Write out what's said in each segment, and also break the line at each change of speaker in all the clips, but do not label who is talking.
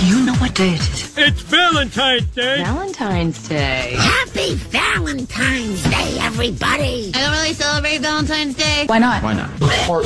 Do you know what day it is?
It's Valentine's Day.
Valentine's Day.
Happy Valentine's Day, everybody.
I don't really celebrate Valentine's Day.
Why not?
Why not? My
heart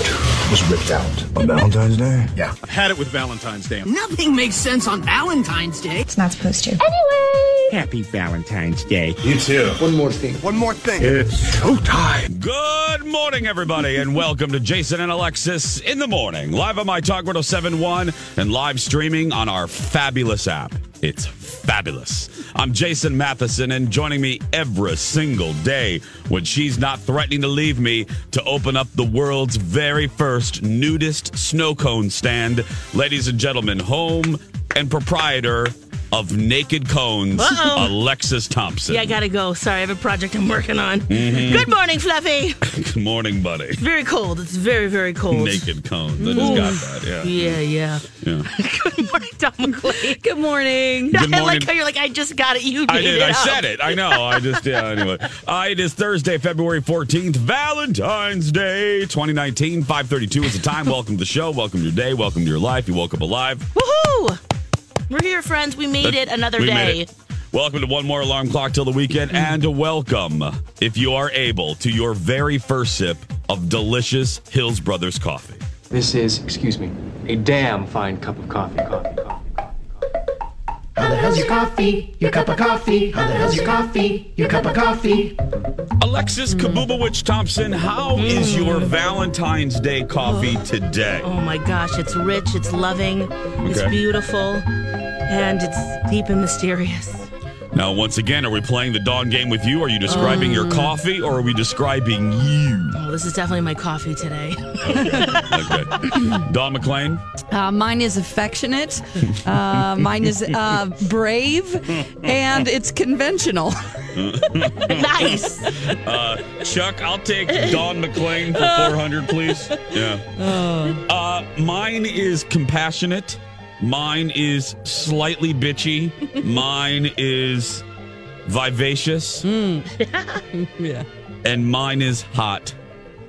was ripped out
on Valentine's Day.
Yeah,
I've had it with Valentine's Day.
Nothing makes sense on Valentine's Day.
It's not supposed to.
Anyway.
Happy Valentine's Day.
You too.
One more thing.
One more thing.
It's showtime.
Good morning, everybody, and welcome to Jason and Alexis in the morning, live on my Talk 1071 and live streaming on our fabulous app. It's fabulous. I'm Jason Matheson, and joining me every single day when she's not threatening to leave me to open up the world's very first nudist snow cone stand. Ladies and gentlemen, home and proprietor of Naked Cones,
Uh-oh.
Alexis Thompson.
Yeah, I gotta go. Sorry, I have a project I'm working on. Mm-hmm. Good morning, Fluffy.
Good morning, buddy. It's
very cold. It's very, very cold.
Naked Cones. I just got that. Yeah.
Yeah, yeah.
yeah.
Good morning, Tom McClay.
Good morning.
Good
I
morning.
like how you're like, I just got it. You
I
made
did.
It
I
up.
said it. I know. I just, yeah, anyway. Uh, it is Thursday, February 14th, Valentine's Day 2019. 532 is the time. Welcome to the show. Welcome to your day. Welcome to your life. You woke up alive.
Woohoo! We're here, friends. We made it another
We
day. Mm.
made it. Welcome to one more alarm clock till the weekend, and welcome if you are able to your very first sip of delicious Hills Brothers coffee.
This is, excuse me, a damn fine cup of coffee. Coffee, coffee, coffee, coffee.
How the hell's your coffee? Your cup of coffee? How the hell's your coffee? Your cup of coffee?
Alexis
Mm.
Kabubowicz Thompson, how is your Valentine's Day coffee today?
Oh my gosh, it's rich, it's loving, it's
Okay.
beautiful, and it's deep and mysterious.
Now, once again, are we playing the Dawn game with you? Are you describing your coffee or are we describing you?
Oh, this is definitely my coffee today.
Okay. Dawn McLean?
Uh, mine is affectionate. Uh, mine is uh, brave, and it's conventional.
nice.
Uh, Chuck, I'll take Dawn McLean for 400, please. Yeah. Uh, mine is compassionate. Mine is slightly bitchy. Mine is vivacious.
yeah.
And mine is hot.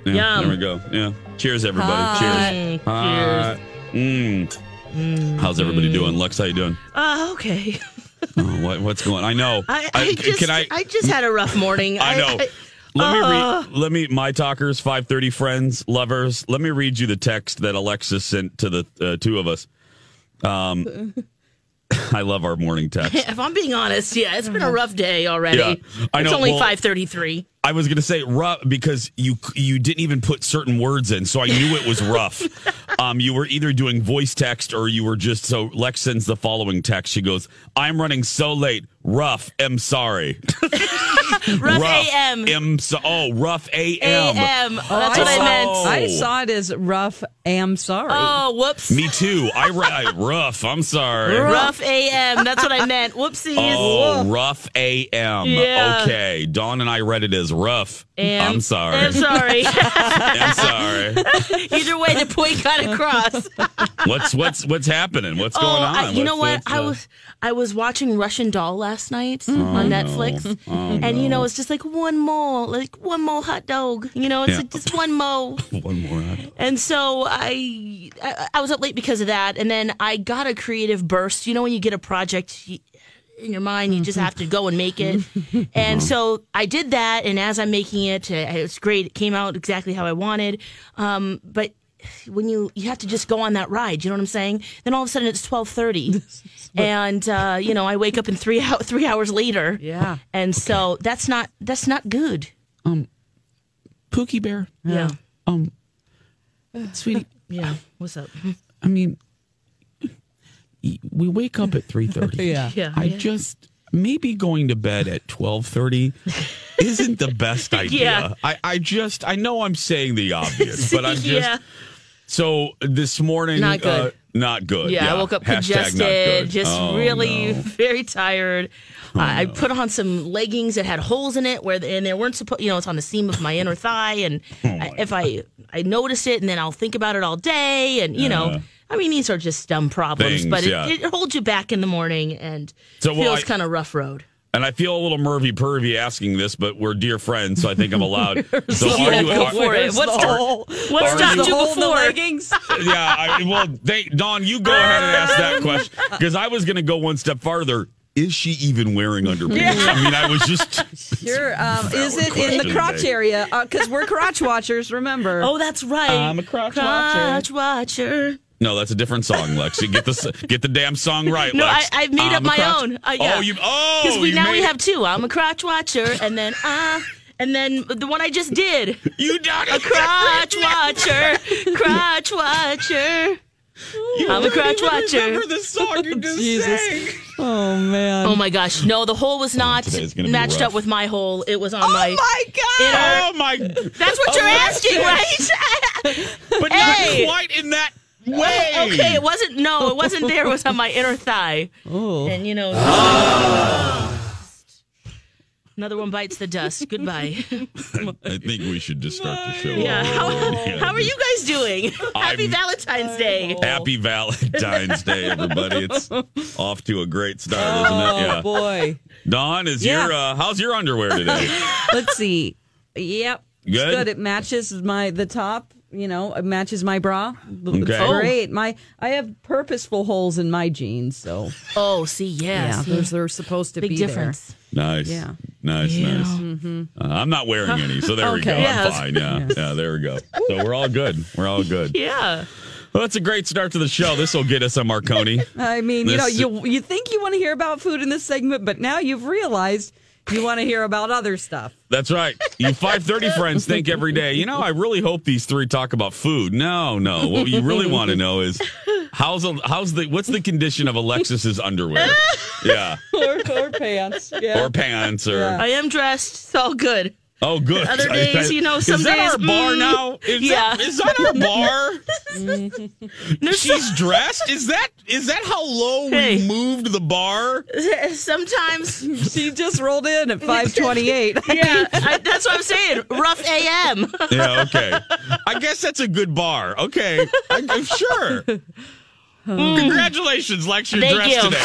Yeah,
Yum.
There we go. Yeah. Cheers, everybody. Cheers.
Hi.
Hot. Mm. How's everybody doing? Lex, how you doing?
Uh, okay.
Oh, what, what's going on? I know.
I, I, just,
can
I, just had a rough morning.
I know. Let
Uh.
me read. Let me my talkers, five thirty friends, lovers. Let me read you the text that Alexis sent to the uh, two of us. Um, I love our morning text.
if I'm being honest, yeah, it's been a rough day already.
Yeah, I
it's
know,
only
well-
5:33.
I was gonna say rough because you you didn't even put certain words in, so I knew it was rough. um, you were either doing voice text or you were just so. Lex sends the following text. She goes, "I'm running so late. Rough. am sorry.
Rough, AM.
Am so. Oh, rough Oh. a.m.
AM. Oh, That's what I,
saw-
meant.
I saw it as rough. Am sorry.
Oh, whoops.
Me too. I, re- I rough. I'm sorry.
Rough AM. That's what I meant. Whoopsies.
Oh, rough AM.
Yeah.
Okay. Dawn and I read it as rough.
Am-
I'm sorry.
I'm sorry.
I'm sorry.
Either way, the point got across.
What's what's what's happening? What's going on?
Oh,
uh,
I, you know what?
What's-
I
what's,
was I was watching Russian Doll last night
Oh,
on Netflix, and you know it's just like one more, like one more hot dog. You know, it's
Yeah.
like just one more.
uh, one more. ad.
And so I, I I was up late because of that, and then I got a creative burst. You know, when you get a project you- in your mind, you just have to go and make it. And so I did that, and as I'm making it, uh, it was great. It came out exactly how I wanted. Um, but when you you have to just go on that ride. You know what I'm saying? Then all of a sudden it's 12:30, and uh, you know I wake up in three hou- three hours later.
Yeah.
and so that's not that's not good.
Um, Pookie Bear.
Yeah.
Um, sweetie.
Yeah. What's up?
I mean, we wake up at three thirty.
Yeah. Yeah.
I
Yeah.
just maybe going to bed at twelve thirty isn't the best idea.
Yeah.
I I just I know I'm saying the obvious, but I'm just
Yeah.
so this morning uh,
Not good.
not good.
Yeah, I woke up
Hashtag not
congested,
good.
just
Oh,
really
no. Oh,
very tired. I I put on some leggings that had holes in it where the, and they weren't supposed. You know, it's on the seam of my inner thigh, and
Oh,
I, if I I notice it, and then I'll think about it all day, and you
Yeah.
know. I mean, these are just dumb problems,
Uh-huh. Things,
but it,
yeah.
it holds you back in the morning and
So, well,
feels
I-
kind of rough road.
And I feel a little mervy pervy asking this, but we're dear friends, so I think I'm allowed. So
Yeah, go for it. What's
are-
what
are
stopped
you-
you before?
yeah, I, well, they, Don, you go ahead and ask that question because I was going to go one step farther. Is she even wearing underpants? I mean, I was just
You're, um, is it in
question,
the crotch
babe.
area? Because we're crotch watchers, remember?
Oh, that's right.
I'm a crotch watcher.
Crotch watcher.
no. That's a different song, Lexi. Get the s- get the damn song right.
No, I,
Lex.
I made
I'm
up
a
my
crotch-
own. Uh, yeah.
Oh, you oh
because we
you
now we
made-
have two. I'm a crotch watcher, and then ah, and then the one I just did,
you done
a
it.
crotch watcher, crotch watcher.
You
I'm a
don't
crotch
even
watcher.
Remember the song you just
Jesus.
sang.
Oh, man.
Oh my gosh! No, the hole was not
today's gonna be
matched
rough.
up with my hole. It was on
Oh,
my.
my God.
Oh my!
That's what you're asking, right?
But
Hey.
not quite in that way.
okay, it wasn't. No, it wasn't there. It was on my inner thigh.
Oh.
And you know. Another one bites the dust. Goodbye.
I think we should just start the show.
Yeah. How,
Yeah.
how are you guys doing? Happy
I'm-
Valentine's Day.
Happy Valentine's Day, everybody! It's off to a great start, isn't it? Yeah.
Oh, boy.
Don, is
Yeah.
your uh, how's your underwear today?
Let's see. Yep. It's
Good?
It matches my the top. You know, it matches my bra. It's
Okay. Oh.
great. My I have purposeful holes in my jeans, so
Oh, see, yes.
yeah, those are supposed to
Big
be
difference.
nice.
Yeah. Mm-hmm.
Nice, nice. Uh, I'm not wearing any, so there we go.
Okay.
I'm
Yes.
fine. Yeah. yeah, there we go. So we're all good. We're all good.
Yeah.
Well, that's a great start to the show. This will get us a Marconi.
there. I mean, you know,
This-
you you think you want to hear about food in this segment, but now you've realized you want to hear about other stuff.
That's right. You 530 friends think every day, you know, I really hope these three talk about food. No, no. What you really want to know is how's a, how's the what's the condition of Alexis's underwear? Yeah.
or, or pants. Yeah.
Or pants or
Yeah.
I am dressed. It's all good.
Oh good.
Other days, you know, some
Is that
days,
our bar
mm,
now? Is
yeah.
that, is that our bar?
There's
She's dressed? Is that is that how low
Hey.
we moved the bar?
some- sometimes.
she just rolled in at five twenty eight.
Yeah, I, that's what I'm saying. Rough AM.
Yeah, okay. I guess that's a good bar. Okay. I, I'm sure. Congratulations, Lex, you're
Hmm. Thank
dressed
you.
today.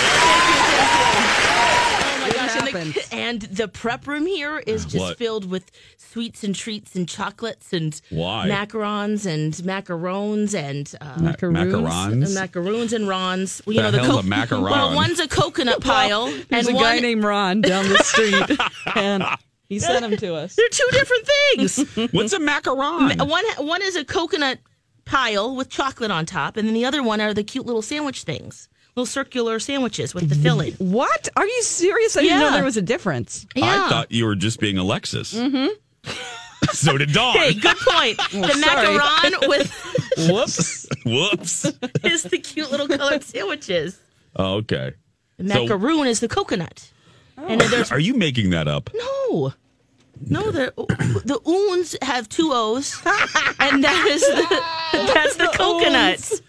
Oh my gosh. And
happens.
the, and the prep room here is just
What?
filled with sweets and treats and chocolates and
Why?
macarons and macarons and uh,
Macarons.
macaroons and rons. Well, you
The
know the
hell's
co-
a macaron?
Well, one's a coconut pile
There's
and
a
one
guy named Ron down the street, and he sent him to us.
They're two different things. Uh,
What's a macaron?
one one is a coconut pile with chocolate on top, and then the other one are the cute little sandwich things, little circular sandwiches with the filling.
What? Are you serious? I didn't know
Yeah.
there was a difference.
Yeah.
I thought you were just being Alexis. Mm-hmm. so did Dawn.
Hey, good point.
sorry.
the macaron with
Whoops. Whoops.
is the cute little colored sandwiches.
Oh, okay.
The
So-
macaroon is the coconut. And then there's
Are you making that up?
no. No, the the oons have two O's, and that is the, that's the coconuts.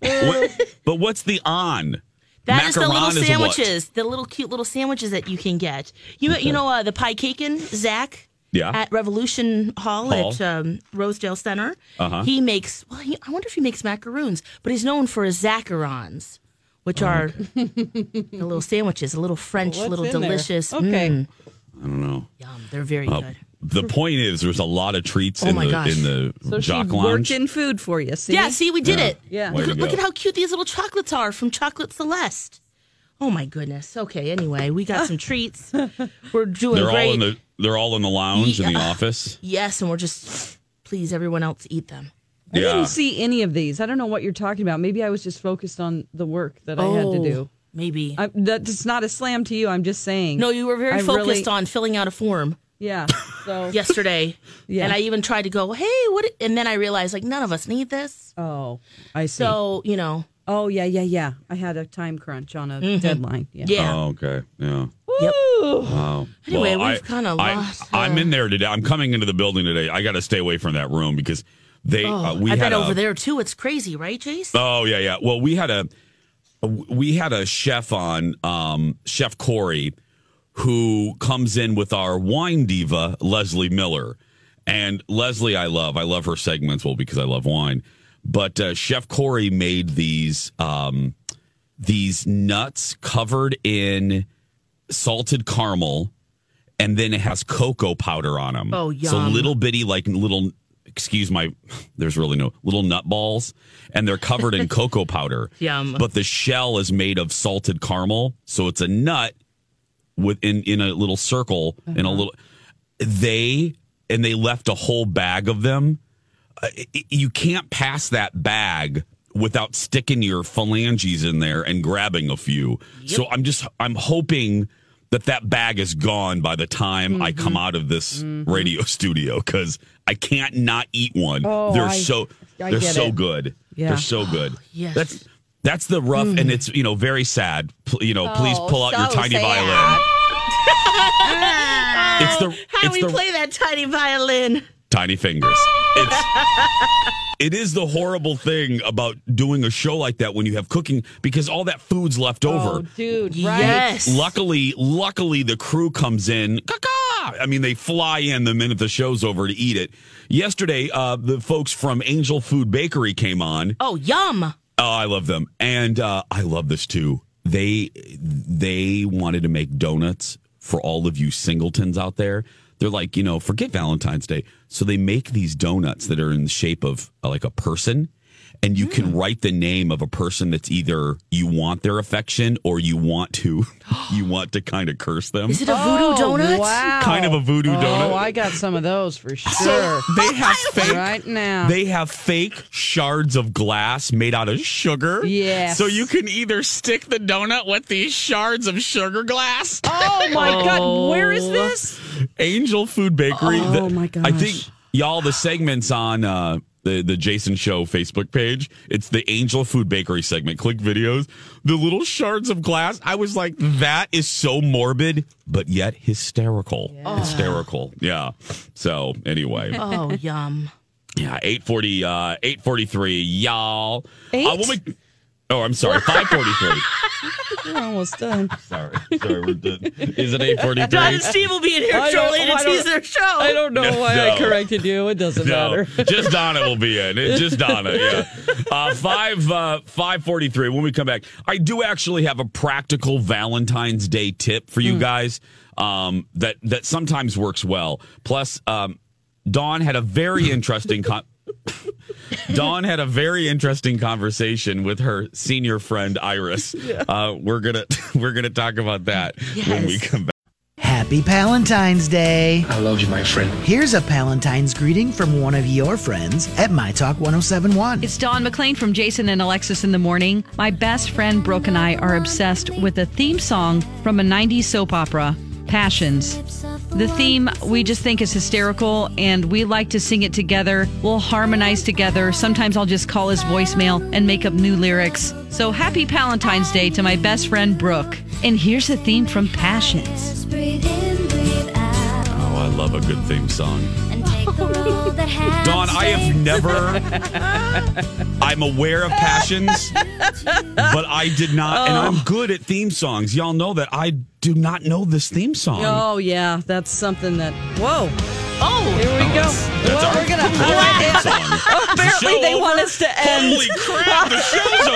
What- but what's the on?
That is the
Macaron
little
is a what?
sandwiches, the little cute little sandwiches that you can get. You you know uh, the pie cakein Zach.
Yeah.
At Revolution Hall,
Hall.
at um, Rosedale Center,
Uh-huh.
he makes. Well, he, I wonder if he makes macaroons, but he's known for his zacharons, which
Oh,
are the little sandwiches, a little French,
What's
little
in there?
delicious.
Okay.
mm,
I don't know. Uh,
yum, they're very good.
The point is, there's a lot of treats
Oh
in
my
the
gosh.
in the
So she
jock
worked
lounge.
in food for you. See?
Yeah, see, we did it.
Yeah.
Way
Look,
to
look
go.
at how cute these little chocolates are from Chocolate Celeste. Oh my goodness. Okay. Anyway, we got some treats. We're doing
They're
great.
all in the they're all in the lounge in the office.
Yes, and we're just please everyone else eat them.
I
Yeah.
didn't see any of these. I don't know what you're talking about. Maybe I was just focused on the work that I had to
Oh,
do.
Maybe.
I, that's not a slam to you. I'm just saying.
No, you were very
I
focused
really-
on filling out a form.
Yeah. So
yesterday.
Yeah.
And I even tried to go, hey, what? And then I realized, like, none of us need this.
Oh, I see.
So, you know.
Oh yeah, yeah, yeah. I had a time crunch on a
Mhm.
deadline. Yeah.
Yeah.
Oh, okay. Yeah.
Mm-hmm. Woo!
Wow.
Anyway,
Well,
we've
I-
kinda
I-
lost,
I'm in there today. I'm coming into the building today. I got to stay away from that room because they.
Oh,
uh, we
I
had
bet
a,
over there, too, it's crazy, right, Jace?
Oh yeah, yeah. Well, we had a we had a chef on, um, Chef Corey, who comes in with our wine diva Leslie Miller, and Leslie, I love. I love her segments. Well, because I love wine, but uh, Chef Corey made these um, these nuts covered in salted caramel, and then it has cocoa powder on them.
Oh,
So
yum.
little bitty, like little. Excuse my. There's really no little nut balls, and they're covered in cocoa powder.
Yum.
But the shell is made of salted caramel, so it's a nut within in a little circle in a little. They and they left a whole bag of them. Uh, i- i- You can't pass that bag without sticking your phalanges in there and grabbing a few. So I'm just I'm hoping that that bag is gone by the time I
Mm-hmm.
come out of this radio studio because I can't not eat one.
Oh,
they're
I-
so
I
they're
get
so
it.
good.
Yeah. Mm.
They're so good.
yes.
That's that's the rough, and it's you know very sad. Pl- you know, please
Oh,
pull out your
so
tiny
sad.
violin. It's the
Oh, How
it's
we
the
play that tiny violin.
tiny fingers. It's it is the horrible thing about doing a show like that when you have cooking because all that food's left
Oh,
over.
dude. Right.
Yes.
Luckily, luckily the crew comes in. Caw-caw! I mean, they fly in the minute the show's over to eat it. Yesterday, uh, the folks from Angel Food Bakery came on.
Oh, yum.
Oh, I love them, and uh, I love this too. They they wanted to make donuts for all of you singletons out there. They're like, you know, forget Valentine's Day. So they make these donuts that are in the shape of uh, like a person, and you
Mm.
can write the name of a person that's either you want their affection or you want to you want to kind of curse them.
Is it a voodoo donut?
Oh, Wow.
Kind of a voodoo donut.
Oh, I got some of those for sure.
they have fake
right now.
They have fake shards of glass made out of sugar.
Yes.
So you can either stick the donut with these shards of sugar glass.
oh my god, where is
Oh.
this?
Angel Food Bakery.
Oh,
The-
my
I think
gosh.
y'all the segments on uh, the the Jason Show Facebook page. It's the Angel Food Bakery segment. Click videos. The little shards of glass. I was like, that is so morbid, but yet hysterical. Hysterical. Yeah. So anyway.
Oh, yum.
Yeah, 840, uh, 843, y'all.
Eight?
Uh, when we- oh, I'm sorry, 543.
We're almost done.
sorry, sorry. We're done. Is it
John and
843?
Steve will be in here
I don't-
shortly to
I
tease
don't-
their show.
I don't know why
No.
I corrected you. It doesn't
No,
matter.
just Donna will be in. It's just Donna, yeah. Uh, five uh, five forty three. When we come back, I do actually have a practical Valentine's Day tip for
Hmm.
you guys um, that that sometimes works well. Plus, um, Dawn had a very interesting con- Dawn had a very interesting conversation with her senior friend Iris. Uh, we're gonna we're gonna talk about that when we
Yes.
come back.
Happy Valentine's Day!
I love you, my friend.
Here's a Valentine's greeting from one of your friends at My Talk 1071.
It's Dawn McLean from Jason and Alexis in the Morning. My best friend Brooke and I are obsessed with a theme song from a 90s soap opera, Passions. The theme we just think is hysterical and we like to sing it together. We'll harmonize together. Sometimes I'll just call his voicemail and make up new lyrics. So happy Valentine's Day to my best friend Brooke. And here's a theme from Passions.
Oh, I love a good theme song. Dawn, I have never. I'm aware of passions, but I did not, and
Oh.
I'm good at theme songs. Y'all know that I do not know this theme song.
Oh yeah, that's something that. Whoa.
Oh,
Here we go. well,
our-
we're gonna.
that's
all right,
our theme song. Is the
apparently
show
they want
over?
us to end.
Holy crap, the show's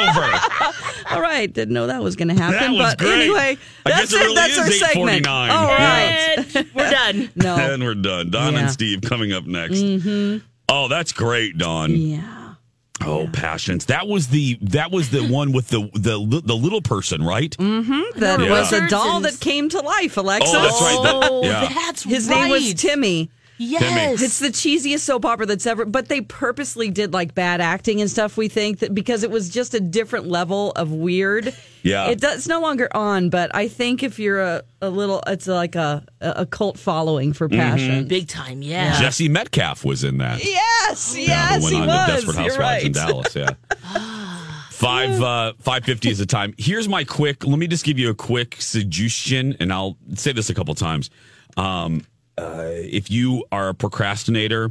over.
All right, didn't know that was going to happen.
That was
but
great.
anyway,
I guess
that's
it really
that's
is
our segment.
8:49.
All
Yeah.
right.
And we're done.
No.
And we're done. Don
Yeah.
and Steve coming up next.
Mm-hmm.
Oh, that's great, Don.
Yeah.
Oh, passions. That was the that was the one with the the the little person, right?
Mm-hmm. That
Yeah.
was a
Richards
doll
and-
that came to life, Alexis.
Oh, that's right. That-
Oh,
yeah.
that's
His name was
right.
Timmy.
Yes,
it's the cheesiest soap opera that's ever. But they purposely did like bad acting and stuff. We think that because it was just a different level of weird.
Yeah.
it does, it's no longer on. But I think if you're a, a little, it's like a a cult following for
Mm-hmm.
passion,
big time. Yeah,
Jesse Metcalf was in that.
Yes,
Yeah,
yes,
who went
he
on to
was.
Desperate
You're
Housewives
right.
in Dallas. Yeah. Five uh, five fifty is the time. Here's my quick. Let me just give you a quick suggestion, and I'll say this a couple times. Um, uh, if you are a procrastinator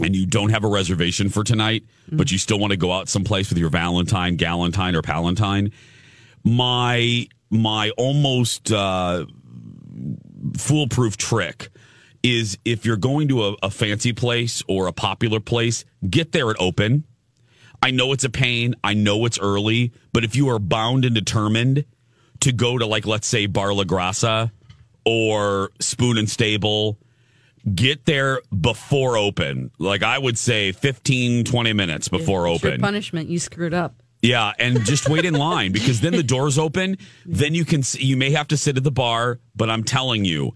and you don't have a reservation for tonight, but you still want to go out someplace with your Valentine, Galentine, or Palantine, my my almost uh, foolproof trick is if you're going to a, a fancy place or a popular place, get there at open. I know it's a pain. I know it's early, but if you are bound and determined to go to like let's say Bar La Grassa or Spoon and Stable, get there before open. Like I would say 15 20 minutes before
It's your
open.
punishment, you screwed up.
Yeah, and just wait in line because then the doors open. Then you can you may have to sit at the bar, but I'm telling you,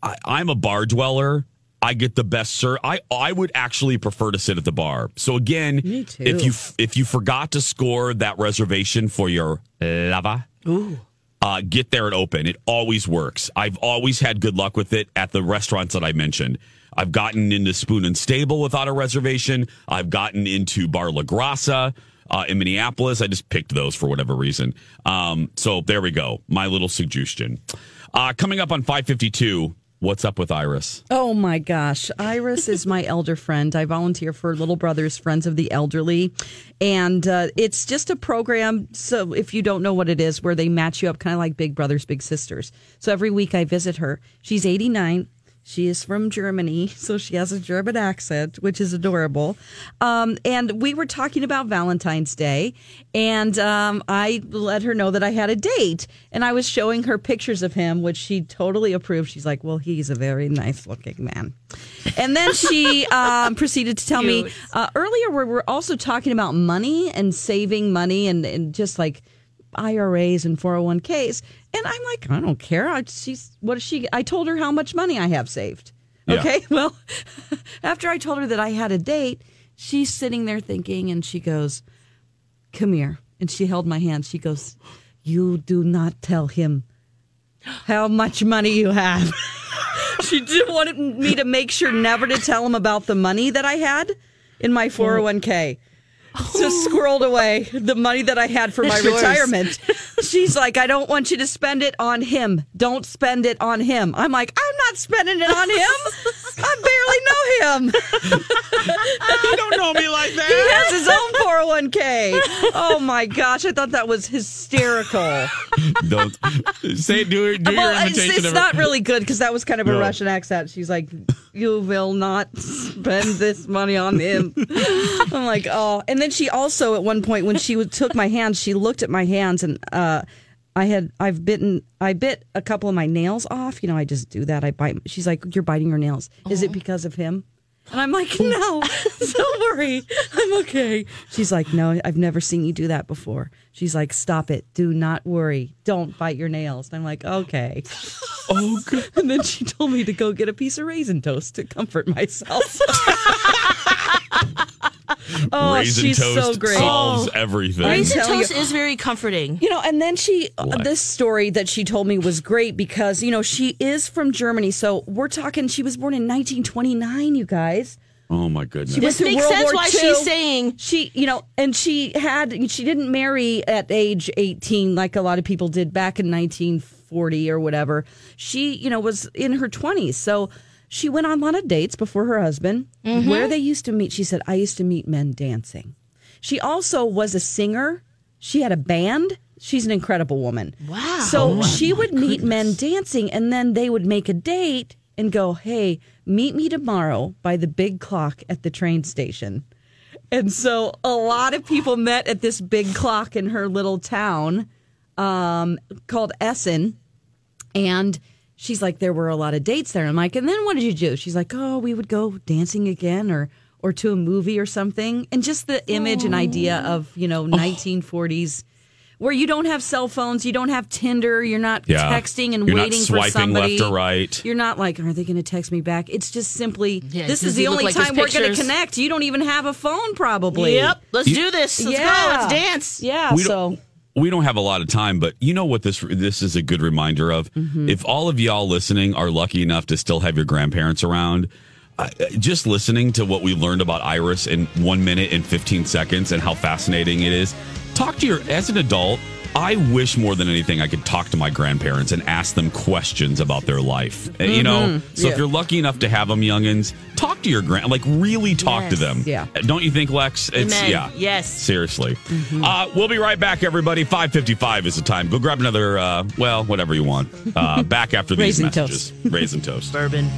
I, I'm a bar dweller. I get the best sir. I I would actually prefer to sit at the bar. So again,
too.
if you f- if you forgot to score that reservation for your lava,
Ooh.
uh, get there at open. It always works. I've always had good luck with it at the restaurants that I mentioned. I've gotten into Spoon and Stable without a reservation. I've gotten into Bar La Grassa uh, in Minneapolis. I just picked those for whatever reason. Um, so there we go. My little suggestion. Uh, coming up on 552, what's up with Iris?
Oh my gosh. Iris is my elder friend. I volunteer for Little Brothers Friends of the Elderly. And uh, it's just a program. So, if you don't know what it is, where they match you up kind of like Big Brothers, Big Sisters. So, every week I visit her. She's 89. She is from Germany, so she has a German accent, which is adorable. Um, and we were talking about Valentine's Day, and um, I let her know that I had a date, and I was showing her pictures of him, which she totally approved. She's like, "Well, he's a very nice looking man." And then she um, proceeded to tell me
Cute.
uh, earlier we were also talking about money and saving money and, and just like IRAs and 401ks. And I'm like, I don't care. I, she's what is she? I told her how much money I have saved.
Yeah.
Okay. Well, after I told her that I had a date, she's sitting there thinking and she goes, Come here. And she held my hand. She goes, You do not tell him how much money you have. she did wanted me to make sure never to tell him about the money that I had in my 401k. Just squirreled away the money that I had for my
oh. It's yours.
retirement. She's like, I don't want you to spend it on him. Don't spend it on him. I'm like, I'm not spending it on him. I barely know him.
you don't know me like that.
He has his own 401k. Oh my gosh, I thought that was hysterical.
Don't say do, do your
well, it's,
imitation
it's
of
not really good because that was kind of a
No.
Russian accent. She's like, "You will not spend this money on him." I'm like, "Oh!" And then she also, at one point, when she would- took my hands, she looked at my hands, and uh, I had I've bitten I bit a couple of my nails off. You know, I just do that. I bite. She's like, "You're biting your nails. Is it because of him?" And I'm like, no, don't worry. I'm okay. She's like, no, I've never seen you do that before. She's like, stop it. Do not worry. Don't bite your nails. And I'm like, okay.
Oh, good.
And then she told me to go get a piece of raisin toast to comfort myself. oh,
Raisin
she's
toast Oh.
so great.
solves everything.
I
Raisin
tell
toast
you-
is very comforting.
You know, and then she, uh,
What?
this story that she told me was great because, you know, she is from Germany. So we're talking, she was born in 1929, you guys.
Oh my goodness.
She went
This
through
makes
World
sense
War
why
II.
she's saying-
she, you know, and she had she didn't marry at age eighteen like a lot of people did back in nineteen forty or whatever. She, you know, was in her twenties, so she went on a lot of dates before her husband.
Mm-hmm.
Where they used to meet, she said, "I used to meet men dancing." She also was a singer. She had a band. She's an incredible woman.
Wow.
So
Oh,
she would meet men dancing and then they would make a date and go, Hey, meet me tomorrow by the big clock at the train station. And so a lot of people met at this big clock in her little town um, called Essen. And she's like, There were a lot of dates there. I'm like, And then what did you do? She's like, Oh, we would go dancing again or. Or
Oh.
to a movie or something, and just the image and idea of you know 1940s where you don't have cell phones, you don't have Tinder, you're not
Yeah.
texting and
You're not
waiting for
swiping
somebody.
left or right.
You're not like, are they going to text me back? It's just simply, this
does
is the
he look
only
like his
time we're going to
pictures?
connect. You don't even have a phone, probably.
Yep. Let's
You-
do this. Let's
Yeah.
go. Let's dance.
Yeah.
We
so.
don't, we don't have a lot of time, but you know what this this is a good reminder of.
Mm-hmm.
If all of y'all listening are lucky enough to still have your grandparents around, uh, just listening to what we learned about Iris in one minute and fifteen seconds and how fascinating it is. Talk to your as an adult. I wish more than anything I could talk to my grandparents and ask them questions about their life. Uh, You know,
Mhm.
so if
Yeah.
you're lucky enough to have them, youngins, talk to your grand, like really talk to
Yes.
them.
Yeah.
don't you think, Lex? It's
Amen.
yeah,
Yes.
Seriously. Uh, we'll be right back, everybody. 555 is the time. Go grab another, uh, well, whatever you want. Uh, back after these
Raisin
messages. Toast. Raisin toast.
Bourbon.